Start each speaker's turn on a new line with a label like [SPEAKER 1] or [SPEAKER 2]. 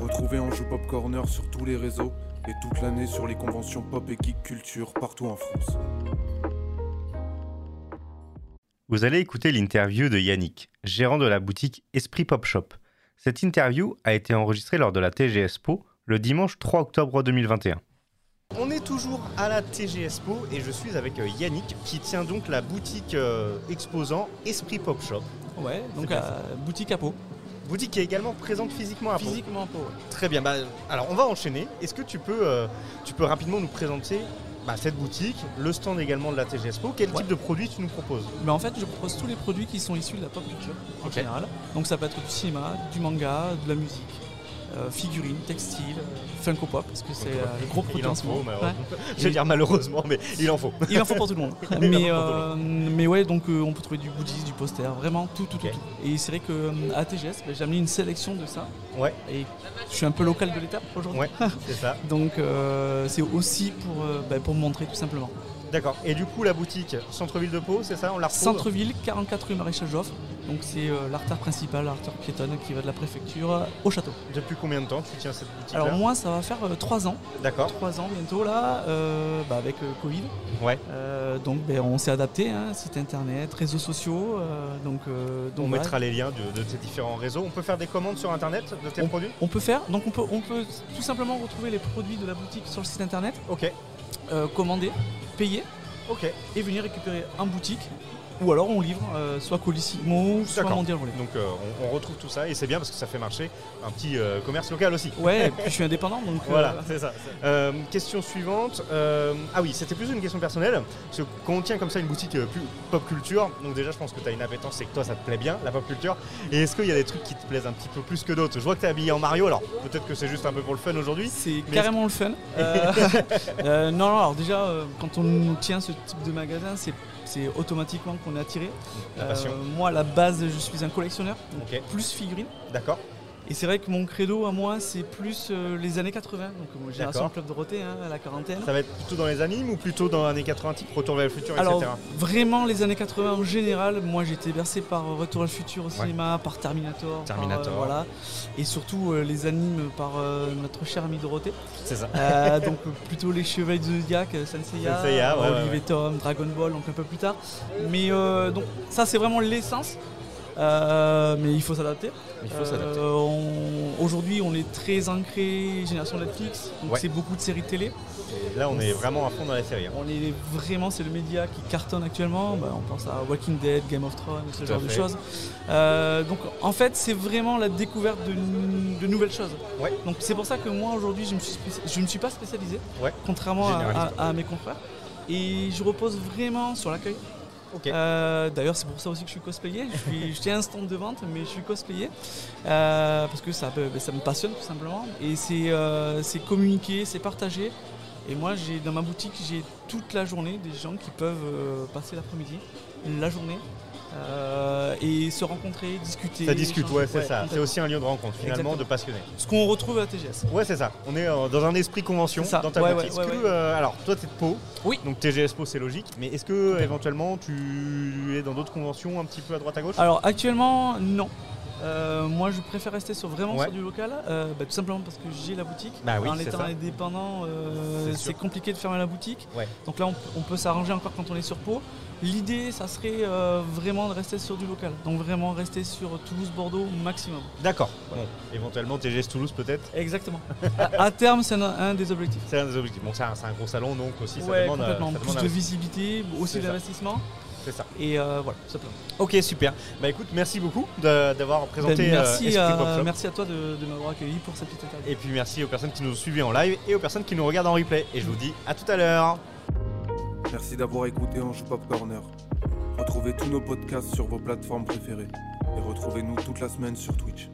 [SPEAKER 1] Retrouvez Anjou Pop Corner sur tous les réseaux et toute l'année sur les conventions pop et geek culture partout en France.
[SPEAKER 2] Vous allez écouter l'interview de Yannick, gérant de la boutique Esprit Pop Shop. Cette interview a été enregistrée lors de la TGS Po le dimanche 3 octobre 2021.
[SPEAKER 3] On est toujours à la TGSPO et je suis avec euh, Yannick qui tient donc la boutique euh, exposant Esprit Pop Shop.
[SPEAKER 4] Ouais, donc
[SPEAKER 3] bien
[SPEAKER 4] à boutique à peau.
[SPEAKER 3] Boutique qui est également présente physiquement à Pau.
[SPEAKER 4] Physiquement à peau. ouais.
[SPEAKER 3] Très bien, bah, alors on va enchaîner. Est-ce que tu peux, euh, tu peux rapidement nous présenter bah, cette boutique, le stand également de la TGSPO Quel
[SPEAKER 4] Ouais.
[SPEAKER 3] type de produit tu nous proposes
[SPEAKER 4] Mais en fait, je propose tous les produits qui sont issus de la pop culture en
[SPEAKER 3] Ok.
[SPEAKER 4] général. Donc ça peut être du cinéma, du manga, de la musique, euh, figurines, textiles, euh, Funko Pop, parce que c'est
[SPEAKER 3] Funko
[SPEAKER 4] euh, le gros produit
[SPEAKER 3] Il en
[SPEAKER 4] en ce moment.
[SPEAKER 3] faut,
[SPEAKER 4] Ouais.
[SPEAKER 3] malheureusement. Je vais dire malheureusement, mais il en faut.
[SPEAKER 4] Il en faut pour tout le monde.
[SPEAKER 3] Il en faut pour tout
[SPEAKER 4] mais,
[SPEAKER 3] le
[SPEAKER 4] euh, mais ouais, donc euh, on peut trouver du goodies, du poster, vraiment tout, tout, tout.
[SPEAKER 3] Ok.
[SPEAKER 4] tout. Et c'est vrai que euh, à TGS, bah, j'ai amené une sélection de ça.
[SPEAKER 3] Ouais.
[SPEAKER 4] Et je suis un peu local de l'étape aujourd'hui.
[SPEAKER 3] Ouais, c'est ça.
[SPEAKER 4] Donc euh, c'est aussi pour, euh, bah, pour montrer tout simplement.
[SPEAKER 3] D'accord. Et du coup, la boutique, centre-ville de Pau, c'est ça On la retrouve
[SPEAKER 4] Centre-ville, 44 rue Maréchal Joffre. Donc c'est euh, l'artère principale, l'artère piétonne qui va de la préfecture euh, au château.
[SPEAKER 3] Depuis combien de temps tu tiens cette boutique-là
[SPEAKER 4] Alors moi ça va faire 3 ans,
[SPEAKER 3] D'accord.
[SPEAKER 4] 3 ans bientôt là, euh, bah, avec euh, Covid.
[SPEAKER 3] Ouais.
[SPEAKER 4] Euh, donc ben, on s'est adapté, hein, site internet, réseaux sociaux. euh, donc, euh, donc,
[SPEAKER 3] On
[SPEAKER 4] voilà.
[SPEAKER 3] mettra les liens de, de tes différents réseaux. On peut faire des commandes sur internet de tes produits
[SPEAKER 4] On peut faire, donc on peut, on peut tout simplement retrouver les produits de la boutique sur le site internet,
[SPEAKER 3] Ok,
[SPEAKER 4] euh, commander, payer
[SPEAKER 3] ok.
[SPEAKER 4] et venir récupérer en boutique. Ou alors on livre euh, soit Colissimo, soit
[SPEAKER 3] D'accord.
[SPEAKER 4] Mondial Relais.
[SPEAKER 3] Donc euh, on, on retrouve tout ça et c'est bien parce que ça fait marcher un petit euh, commerce local aussi.
[SPEAKER 4] Ouais, et puis je suis indépendant donc.
[SPEAKER 3] Voilà,
[SPEAKER 4] euh,
[SPEAKER 3] c'est ça. Euh, question suivante. Euh, ah oui, c'était plus une question personnelle. Parce que quand on tient comme ça une boutique euh, plus pop culture, donc déjà je pense que tu as une appétence c'est que toi ça te plaît bien, la pop culture. Et est-ce qu'il y a des trucs qui te plaisent un petit peu plus que d'autres Je vois que tu es habillé en Mario, alors peut-être que c'est juste un peu pour le fun aujourd'hui.
[SPEAKER 4] C'est
[SPEAKER 3] Mais-
[SPEAKER 4] carrément le fun. Euh, euh, non, non, alors déjà, euh, quand on tient ce type de magasin, c'est c'est automatiquement qu'on est attiré.
[SPEAKER 3] La passion.
[SPEAKER 4] Euh, moi, à la base, je suis un collectionneur, donc
[SPEAKER 3] Ok,
[SPEAKER 4] plus figurines.
[SPEAKER 3] d'accord.
[SPEAKER 4] Et c'est vrai que mon credo à moi, c'est plus euh, les années 80, donc euh, mon génération
[SPEAKER 3] D'accord.
[SPEAKER 4] Club Dorothée, hein, à la quarantaine.
[SPEAKER 3] Ça va être plutôt dans les animes ou plutôt dans les années 80 type Retour vers le futur,
[SPEAKER 4] Alors,
[SPEAKER 3] etc.
[SPEAKER 4] vraiment, les années 80 en général, moi j'ai été bercé par euh, Retour à le futur au cinéma, par Terminator, par, euh,
[SPEAKER 3] Terminator.
[SPEAKER 4] voilà, et surtout euh, les animes par euh, notre cher ami Dorothée.
[SPEAKER 3] C'est ça.
[SPEAKER 4] Euh, donc euh, plutôt les Chevaliers du Zodiac, euh, Sanseiya,
[SPEAKER 3] Sanseiya, ouais,
[SPEAKER 4] Olive
[SPEAKER 3] ouais, ouais.
[SPEAKER 4] et Tom, Dragon Ball, donc un peu plus tard. Mais euh, donc ça c'est vraiment l'essence. Euh, mais il faut s'adapter.
[SPEAKER 5] Il faut s'adapter.
[SPEAKER 4] Euh, on- Aujourd'hui, on est très ancré génération Netflix, donc
[SPEAKER 3] Ouais.
[SPEAKER 4] c'est beaucoup de séries télé.
[SPEAKER 3] Et là on est vraiment à fond dans la série. hein.
[SPEAKER 4] On est vraiment, c'est le média qui cartonne actuellement. Bah, on pense à Walking Dead, Game of Thrones, ce genre de
[SPEAKER 3] fait.
[SPEAKER 4] choses. Euh, donc en fait, c'est vraiment la découverte de, nou- de nouvelles choses.
[SPEAKER 3] Ouais.
[SPEAKER 4] Donc c'est pour ça que moi aujourd'hui, je, me suis spéci- je ne suis pas spécialisé,
[SPEAKER 3] Ouais.
[SPEAKER 4] contrairement à-
[SPEAKER 3] Généraliste.
[SPEAKER 4] à, à mes confrères. Et je repose vraiment sur l'accueil.
[SPEAKER 3] Ok.
[SPEAKER 4] Euh, D'ailleurs, c'est pour ça aussi que je suis cosplayé. Je, suis, je tiens un stand de vente, mais je suis cosplayé euh, parce que ça, me- ça me passionne tout simplement. Et c'est euh, c'est communiquer, c'est partager. Et moi, j'ai dans ma boutique, j'ai toute la journée des gens qui peuvent euh, passer l'après-midi, la journée, euh, et se rencontrer, discuter.
[SPEAKER 3] Ça discute,
[SPEAKER 4] échanger.
[SPEAKER 3] ouais, c'est ça. C'est
[SPEAKER 4] complètement.
[SPEAKER 3] aussi un lieu de rencontre finalement
[SPEAKER 4] Exactement.
[SPEAKER 3] de passionnés.
[SPEAKER 4] Ce qu'on retrouve à la TGS.
[SPEAKER 3] Ouais, c'est ça. On est euh, dans un esprit convention,
[SPEAKER 4] C'est ça.
[SPEAKER 3] dans ta
[SPEAKER 4] Ouais,
[SPEAKER 3] boutique.
[SPEAKER 4] ouais,
[SPEAKER 3] Est-ce
[SPEAKER 4] ouais,
[SPEAKER 3] que,
[SPEAKER 4] ouais.
[SPEAKER 3] euh, alors, toi, t'es de Pau.
[SPEAKER 4] Oui.
[SPEAKER 3] Donc, TGS Pau, c'est logique. Mais est-ce que, éventuellement, tu es dans d'autres conventions un petit peu à droite à gauche
[SPEAKER 4] Alors actuellement, non. Euh, moi, je préfère rester sur vraiment
[SPEAKER 3] Ouais.
[SPEAKER 4] sur du local, euh, bah, tout simplement parce que j'ai la boutique.
[SPEAKER 3] Bah oui,
[SPEAKER 4] en
[SPEAKER 3] c'est
[SPEAKER 4] étant
[SPEAKER 3] ça.
[SPEAKER 4] indépendant, euh,
[SPEAKER 3] C'est sûr.
[SPEAKER 4] c'est compliqué de fermer la boutique.
[SPEAKER 3] Ouais.
[SPEAKER 4] Donc là, on, on peut s'arranger encore quand on est sur Pau. L'idée, ça serait euh, vraiment de rester sur du local. Donc vraiment rester sur Toulouse-Bordeaux au maximum.
[SPEAKER 3] D'accord. Bon, éventuellement, TGS Toulouse, peut-être
[SPEAKER 4] Exactement. à, à terme, c'est un, un des objectifs.
[SPEAKER 3] C'est un des objectifs. Bon, c'est un, c'est un gros salon, donc aussi, ça
[SPEAKER 4] ouais,
[SPEAKER 3] demande, euh,
[SPEAKER 4] complètement.
[SPEAKER 3] ça
[SPEAKER 4] Plus
[SPEAKER 3] demande un-
[SPEAKER 4] de visibilité,
[SPEAKER 3] C'est
[SPEAKER 4] aussi
[SPEAKER 3] ça.
[SPEAKER 4] d'investissement.
[SPEAKER 3] C'est ça.
[SPEAKER 4] Et euh, voilà, tout simplement.
[SPEAKER 3] Ok, super. Bah, écoute, merci beaucoup de- d'avoir présenté
[SPEAKER 4] Ben,
[SPEAKER 3] euh,
[SPEAKER 4] merci,
[SPEAKER 3] Esprit
[SPEAKER 4] à-
[SPEAKER 3] Pop Shop.
[SPEAKER 4] merci à toi de, de m'avoir accueilli pour cette petite interview.
[SPEAKER 3] Et puis, merci aux personnes qui nous ont suivis en live et aux personnes qui nous regardent en replay. Et je vous dis à tout à l'heure.
[SPEAKER 1] Merci d'avoir écouté Anjou Pop Corner. Retrouvez tous nos podcasts sur vos plateformes préférées et retrouvez-nous toute la semaine sur Twitch.